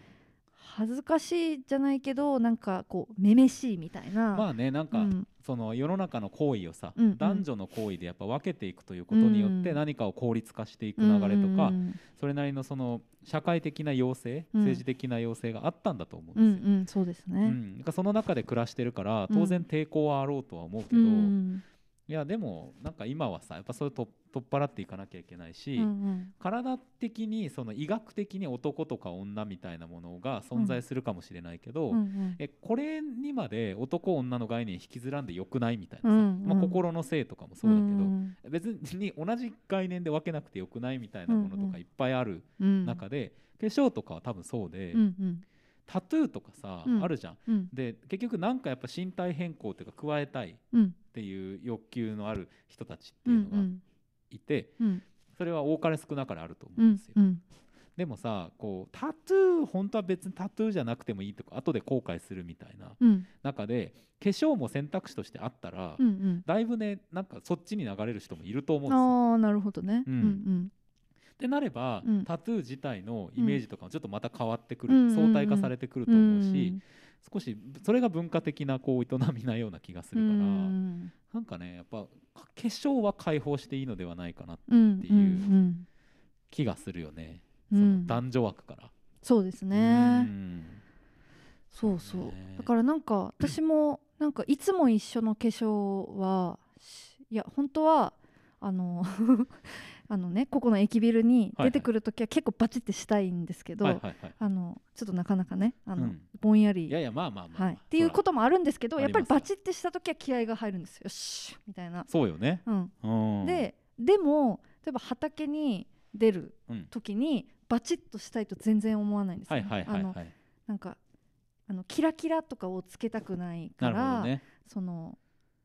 恥ずかしいじゃないけどなんかこうめめしいみたいな、
まあねなんか、
うん
その世の中の行為をさ、
うんうん
男女の行為でやっぱ分けていくということによって
うん
何かを効率化していく流れとか、
うんうん
それなりのその社会的な要請
うん
政治的な要請があったんだと思う
う
んですよ。
んうんうんそうです
うん
ね。
なんかその中で暮らしてるから
うん
当然抵抗はあろうとは思うけ
う
ど、
ん
いやでもなんか今はさやっぱそれをと取っ払っていかなきゃいけないし、
うんうん
体的にその医学的に男とか女みたいなものが存在するかもしれないけど、
うんうん
えこれにまで男女の概念引きずらんでよくないみたいなさ、
うんうん
まあ、心の性とかもそうだけど、
うん
別に同じ概念で分けなくてよくないみたいなものと
うんう
か
ん
いっぱいある
うん
中で、化粧とかは多分そうで、
うんうん
タトゥーとかさ、
うん
あるじゃん。
うん
で結局なんかやっぱ身体変更というか加えたいっ
うん
ていう欲求のある人たちって
う
い
ん
うのがいて、
うん
それは多かれ少なかれあると思
う
うん
ん
ですよ。
うん
でもさこうタトゥー本当は別にタトゥーじゃなくてもいいとか後で後悔するみたいな
うん
中で化粧も選択肢としてあったら、
うん
だいぶねなんかそっちに流れる人もいると思うん
うん
ですよ。
ああなるほどね。
う
うんん
ってなれば、
うん
タトゥー自体のイメージとかもちょっとまた変わってくる、
うんうんうん
相対化されてくる
う
と
ん
思うし、少しそれが文化的なこう営みなような気がす
う
るから、
ん
なんかねやっぱ化粧は解放していいのではないかな
うん
ていう
うん
気がするよね、そ
う
の
ん
男女枠から。
そうですね。
うん
そうそう、
ね
だからなんか私もなんかいつも一緒の化粧はしいや本当はあの [laughs] あのねここの駅ビルに
はいは
出
い
てくる時は結構バチってしたいんですけど、
はいはいはい
あのちょっとなかなかねあの、
うん
ぼんやり
いやいやまあまあまあ、
はい、っていうことともあるんですけど
あ
やっぱ
り
り
ますよ
バチってした時は気合が入るんですよよしみたいな、
そうよね、
うん
うん、
ででも例えば畑に出る
うん、
時にバチッとしたいと全然思わないんですよ
は
ね、
いはいはい
あの
はい
なんかあのキラキラとかをつけたくない
な
か
るほ
ら、
どね
その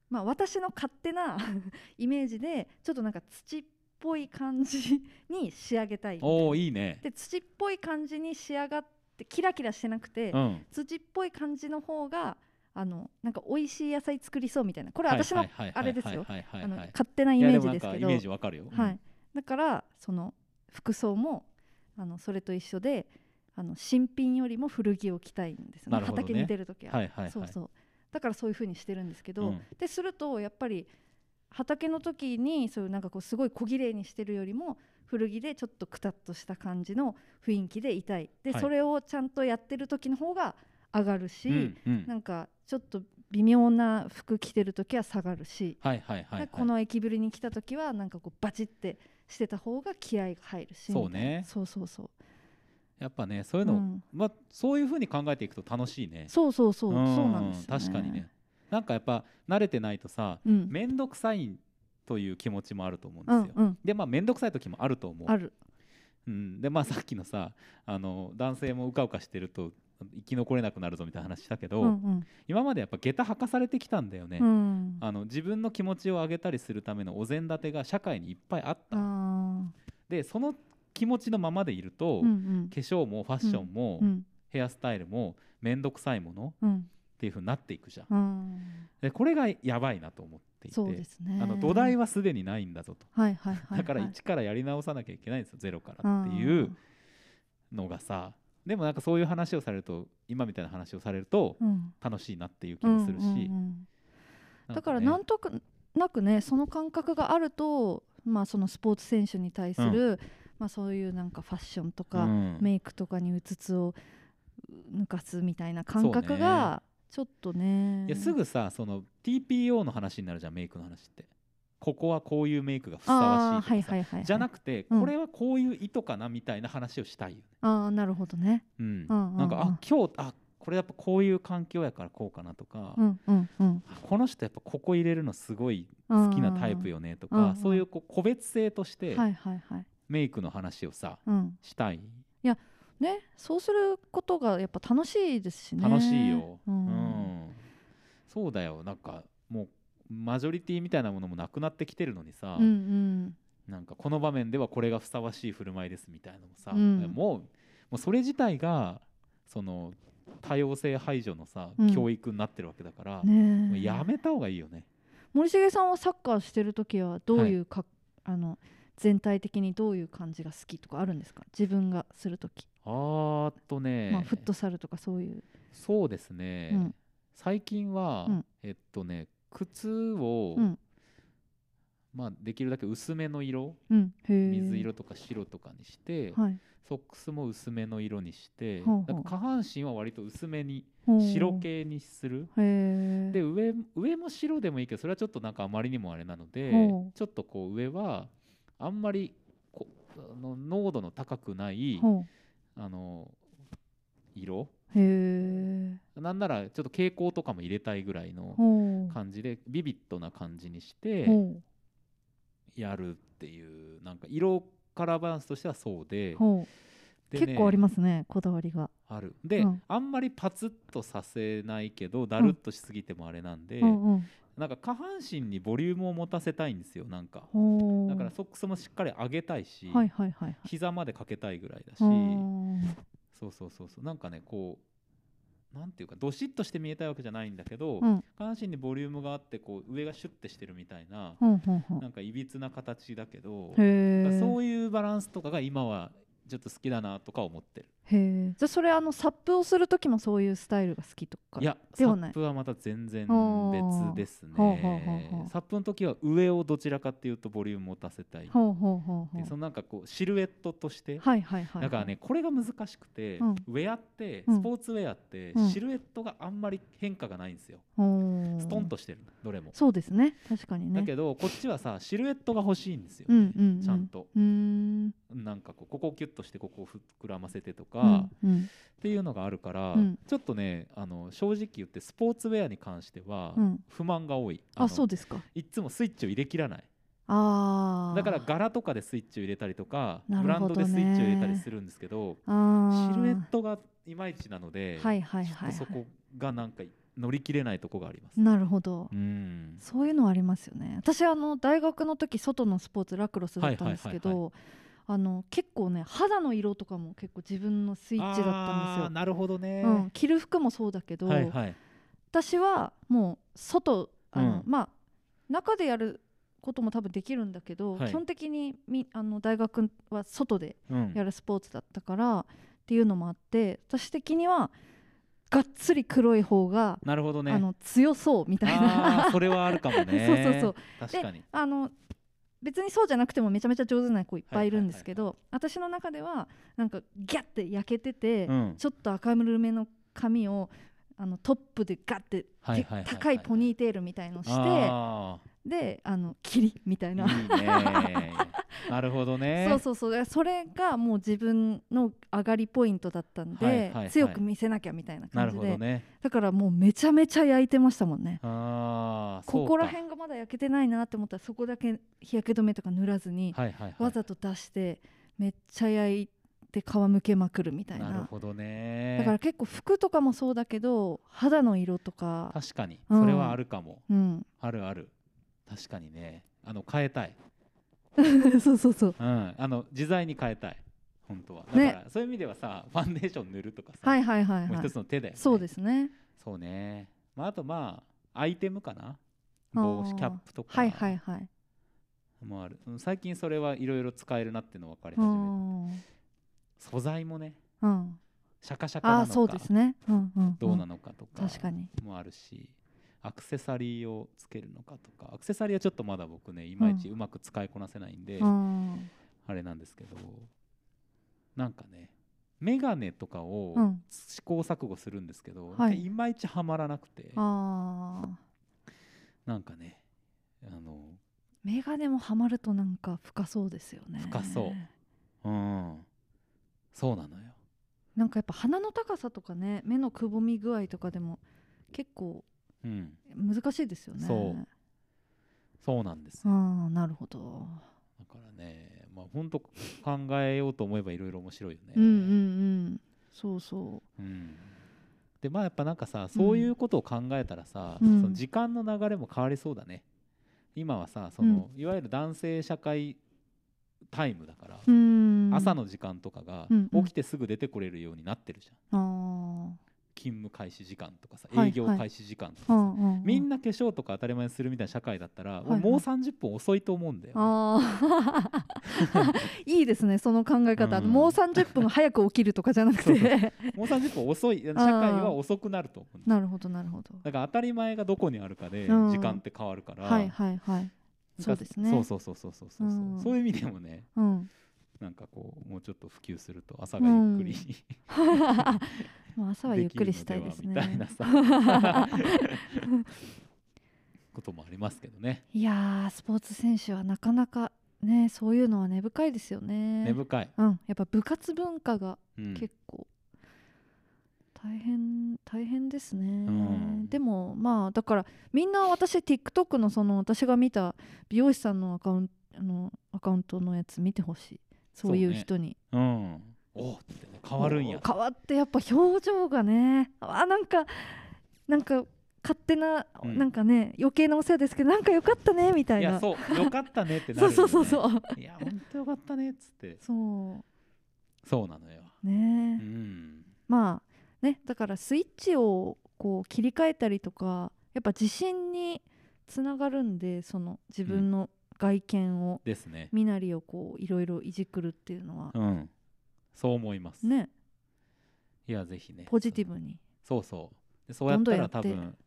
まあ私の勝手な [laughs] イメージでちょっとなんか土っぽい感じに仕上げたいみたいな
おおいいね
で土っぽい感じに仕上がってキラキラしてなくて、
うん
土っぽい感じの方があのなんか美味しい野菜作りそうみたいなこれは
はい
私
は
の
いはいはい
あれですよ
はいはいは
あ
い
の
はい
勝手ないイ
や
メ
でも
ージ
なん
です
か
け
イ
ど
メージわかるよ、
はい、だからその服装もあのそれと一緒であの新品よりも古着を着たいんですよ
なる
ね
ほどね
畑に出るとき
うん
は、
はいはいはい
そうそうだからそういうふうにしてるんですけど、
うん
でするとやっぱり畑の時にそういうなんかこうすごい小綺麗にしてるよりも古着でちょっとくたっとした感じの雰囲気でいたいで、
はい
それをちゃんとやってる時の方が上がるし、
うんうん
なんかちょっと微妙な服着てる時は下がるし
はいはいはい、はい、
この駅ビルに来た時はなんかこうバチってしてた方が気合が入るし
そうね
みたいなそうそうそう
やっぱねそういう
う
の、
ん
まあそういうふうに考えていくと楽しいね
そうそうそう
うん
そうなんですよね
確かにねなんかやっぱ慣れてないとさ
うん
面倒くさいという気持ちもあると思うんで
う
す
ん
よ、
うん
でまあ面倒くさい時もあると思う
ある
うん、でまあさっきのさあの男性もうかうかしてると生き残れなくなるぞみたいな話したけ
う
ど、
んうん
今までやっぱ下駄履かされてきたんだよね、
うんあ
あの自分の気持ちを上げたりするためのお膳立てが社会にいっぱいあった、
ー
でその気持ちのままでいると、
うんうん
化粧もファッションも、
うん
ヘアスタイルも面倒くさいもの
うん
っていう風になっていくじゃん、
うん
でこれがやばいなと思っていて
そうですね
あの土台はすでにないんだぞと、
はいはいはいはい
だから一からやり直さなきゃいけないんですよゼロからっていうのがさでもなんかそういう話をされると今みたいな話をされると
うん
楽しいなっていう気
うん
もするし、
うんうん
ね
だからなんとなくねその感覚があるとまあそのスポーツ選手に対するまあそういうなんかファッションとか
うん
メイクとかにうつつを抜かすみたいな感覚がちょっとね
いやすぐさその TPO の話になるじゃんメイクの話ってここはこういうメイクがふさ
あ
わ
あ
しいとかさ、
はいはいはいはい
じゃなくて、
うん
これはこういう意図かなみたいな話をしたいよね、
ああなるほどね
うん
うんうん
なんか
うん
あ今日あこれやっぱこういう環境やからこうかなとか、
うんうんうん
あこの人やっぱここ入れるのすごい好きなタイプよねと
うんう
か
ん
そういうこう個別性として
はいはいはい
メイクの話をさ
うん
したい、
ねそうすることがやっぱ楽しいですしね
楽しいよ、
う
うん
ん
そうだよなんかもうマジョリティみたいなものもなくなってきてるのにさ、
うんうん
なんかこの場面ではこれがふさわしい振る舞いですみたいなのもさ、
うん
もうもうそれ自体がその多様性排除のさ、
うん
教育になってるわけだから、もう
ねえ
やめた方がいいよね。
森重さんはサッカーしてる時はどういうか、あの全体的にどういう感じが好きとかあるんですか自分がする時、
あーっとね、
まあ、フットサルとかそういう、
そうですね、
うん
最近は、
うん
えっとね靴を、
うん
まあ、できるだけ薄めの色
うん、へえ
水色とか白とかにして、
はい
ソックスも薄めの色にして、
ほうほう
なんか下半身は割と薄めに
ほう
白系にする。
へえ
で上上も白でもいいけどそれはちょっとなんかあまりにもあれなので
ほう
ちょっとこう上はあんまりこあの濃度の高くない
ほ
あの色
うへえ
なんならちょっと蛍光とかも入れたいぐらいの
ほう
感じでビビッドな感じにして
ほ
やるっていうなんか色カラーバランスとしてはそうで
うほう
でね
結構ありますねこだわりが、
あるで、
うん
あんまりパツッとさせないけどだるっとしすぎてもあれなんで、
うんうん
なんか下半身にボリュームを持たせたいんですよなんか
ほう
だからソックスもしっかり上げたいし、
はいはいはいはい
膝までかけたいぐらいだし、
うん
そうそうそうそうなんかねこうなんていうかどしっとして見えたいわけじゃないんだけど、
うん
下半身にボリュームがあってこう上がシュッてしてるみたいな、
ほうほうほう
なんかいびつな形だけど、
へえ
そういうバランスとかが今はちょっと好きだなとか思ってる
へえじゃあそれあのサップをする時もそういうスタイルが好きとか
いやサ
ではない
ップはまた全然
あー
別です
ほうほうほうほ
ね
う
サップの時は上をどちらかっていうとボリューム持たせたい
ほうほうほうほ
でそうのなんかこうシルエットとして
はいはいはい
だからねこれが難しくて、
うん
ウェアって
うん
スポーツウェアって
うん
シルエットがあんまり変化がないんですよ、
ス
ストンとしてるどれも、
そうですね確かにね
だけどこっちはさシルエットが欲しいんですよ、
うんうんう
ちゃんと
うーん
なんかこうここをキュッとしてここを膨らませてとか、
うん
っ
うん
ていうのがあるから、
うん
ちょっとねあの正直言ってスポーツウェアに関しては
うん
不満が多い、
あ
の
そうですか
いっつもスイッチを入れきらない
ああ
だから柄とかでスイッチを入れたりとか、
な
ブ
る
ラン
ほ
ド
どね
でスイッチを入れたりするんですけど
あ
シルエッ
ー
トがいまいちなので、
はいはい
ちょっ
は
と
い
そ
は
こがなんか乗り切れないとこがあります。
いなるほど
うん
そういうのありますよね私あの大学の時外のスポーツラクロスだったんですけ
はいは
どあの結構ね肌の色とかも結構自分のスイッチだった
あー
んで
なるほどね。
すよ、うん、着る服もそうだけど、
はいはい。
私はもう外あの、
うん
まあ中でやることも多分できるんだけど、
はい
基本的にみあの大学は外で
うん
やるスポーツだったからっていうのもあって私的にはがっつり黒い方が、
なるほどね。
あの強そうみたい
あ
な
ーそれはあるかもね。
そうそうそう
確かに。
[laughs] あの別にそうじゃなくてもめちゃめちゃ上手な子いっぱいいるんですけど、
は
私の中ではなんかギャッて焼けてて、
うん
ちょっと明るめの髪をあのトップでガッて、
はいはい
で
はいはい
高いポニーテールみたいのをして
あ
であの霧みたい
ー
な。
いい
[laughs]
ね。なるほどね。
そうそうそうそれがもう自分の上がりポイントだったんで、
はいはいはい
強く見せなきゃみたいな
な
感
る
じ
ほ
で、
どね。
だからもうめちゃめちゃ焼いてましたもんね
ああ。
ここら
そう
辺がまだ焼けてないなって思ったらそこだけ日焼け止めとか塗らずに、
か。はいはいはい。
わざと出してめっちゃ焼いて皮むけまくるみたいな
なるほどね。
だから結構服とかもそうだけど肌の色とか、
確かに
うん
それはあるかも。
うん、 [laughs]
あるある。確かにね。あの変えたい。
そうそうそう
うん、あの自在に変えたい本当はだか
ね
ら、そういう意味ではさファンデーション塗るとかさ、
はいはいはい
もう
はい
一つの手だよ、ね、
そうですね
そうね、まあ、あとまあアイテムかな
あー
帽子キャップとか
はいはいはい
もある、うん最近それはいろいろ使えるなっていうの分かり
う
始めて
ん、
素材もね
うん、
シャカシャカな
あ
の
あ
か
そうですね、うんうんうん、
どうなのかとか
確かに
もあるしアクセサリーをつけるのかとかアクセサリーはちょっとまだ僕ねいまいちうまく使いこなせないんで、
うん
あれなんですけどなんかねメガネとかを
うん
試行錯誤するんですけど、
はい
なんかいまいちはまらなくて
あー
なんかねあの
メガネもはまるとなんか深そうですよね
深そううんそうなのよ
なんかやっぱ鼻の高さとかね目のくぼみ具合とかでも結構
うん
難しいですよね
そうそうなんですよ
ああなるほど、
だからねまあ本当考えようと思えばいろいろ面白いよね
うんうんうんそうそ
うんでまあやっぱなんかさそういうことを考えたらさ、
うん
その時間の流れも変わりそうだね今はさその、いわゆる男性社会タイムだから、
ううん
朝の時間とかが
うんうん
起きてすぐ出てこれるようになってるじゃん、
あ
勤務開始時間とかさ
はい
営業開始時間とか
あ、
さ、
うんうんうん、
みんな化粧とか当たり前にするみたいな社会だったら、
はいはい
もう30分遅いと思うんだよ、
ああ [laughs] いいですねその考え方、
うん
もう30分早く起きるとかじゃなく
そうそ
て
もう30分遅い社会は遅くなると思うんだよ
[laughs] なるほどなるほど
だから当たり前がどこにあるかで
うん
時間って変わるから、
はいはいはい
なん
そ
か
うですね
そうそうそうそうそうそう、
うん
そういう意味でもね
うん [laughs]
なんかこうもうちょっと普及すると朝がゆっくり、
もう朝はゆっくりしたいですね
できるのではみたい
[laughs]
なさこともありますけどね
いやースポーツ選手はなかなかねそういうのは根深いですよね
根深い、
うんやっぱ部活文化が
うん
結構大変大変ですね、
ん
でもまあだからみんな私 TikTok のその私が見た美容師さんのアカウンあのアカウントのやつ見てほしいそうい
そう
う
ね
人に
うん、おうってね変わるんや
もう変わってやっぱ表情がねあなんかなんか勝手な、
うん
なんかね余計なお世話ですけどなんか良かったねみた
い
いな
やそうよかったねってなるよ、
そう
ね、
[laughs] そうそうそう
いや本当よかったねっつって
そ
そうなのよ
うね
う、ん
まあねだからスイッチをこう切り替えたりとかやっぱ自信につながるんでその自分の外見を、
ですね
身なりをこういろいろいじくるっていうのは、
うんそう思います、
ね
いやぜひね
ポジティブに
そうそうでそうやったら多
どんどんやって
分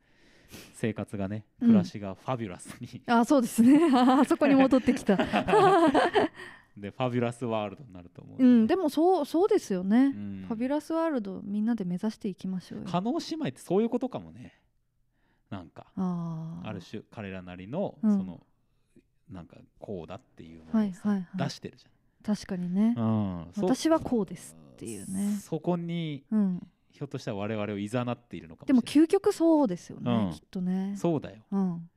生活がね
うん、
暮らしがファビュラスに
あそうですねあそこに戻って
[laughs]
きた
でファビュラスワールドになると思う、
うんでもそうそうですよね、
うん
ファビュラスワールドみんなで目指していきましょうよ
加納姉妹ってそういうことかもねなんか
あー
ある種彼らなりの、
うん
そのなんかこうだっていうの
はい
をさ
はいはい
出してるじ
確かにね
ゃん、うん、そ
私はこうですっていうね
そこに
うん
ひょっとしたら我々を誘っているのか
で
も
も
しれ
究極そうですよね、
うん
きっとね
ないそうだよ
うん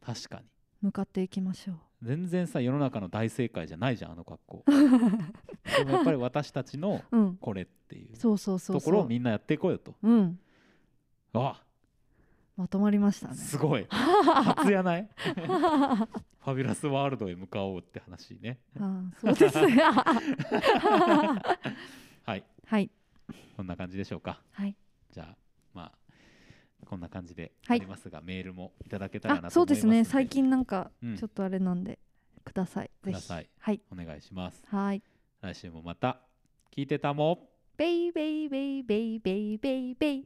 確かに
向かっていきましょう
全然さ世の中の大正解じゃないじゃんあの格好
[laughs]
でもやっぱり私たちの
うん
これっていう
そうそうそうそう
ところをみんなやっていこうよと
うん
あ
まとまりましたね
すごい初やない
[laughs]
ファビュラスワールドへ向かおうって話ね
あそうです
[laughs]
は
はい
い
こんな感じでしょうか
はい
じゃあまあこんな感じで
は
あ
い
りますが、メールもいただけたらなと思い
あ
ます
そうですね
の
最近なんか
うん
ちょっとあれなんで、ください
く
ぜひ
ださい
はい
お願いします
はい
来週もまた聞いてたも
ベイベイベイベイベイベイベイ
ん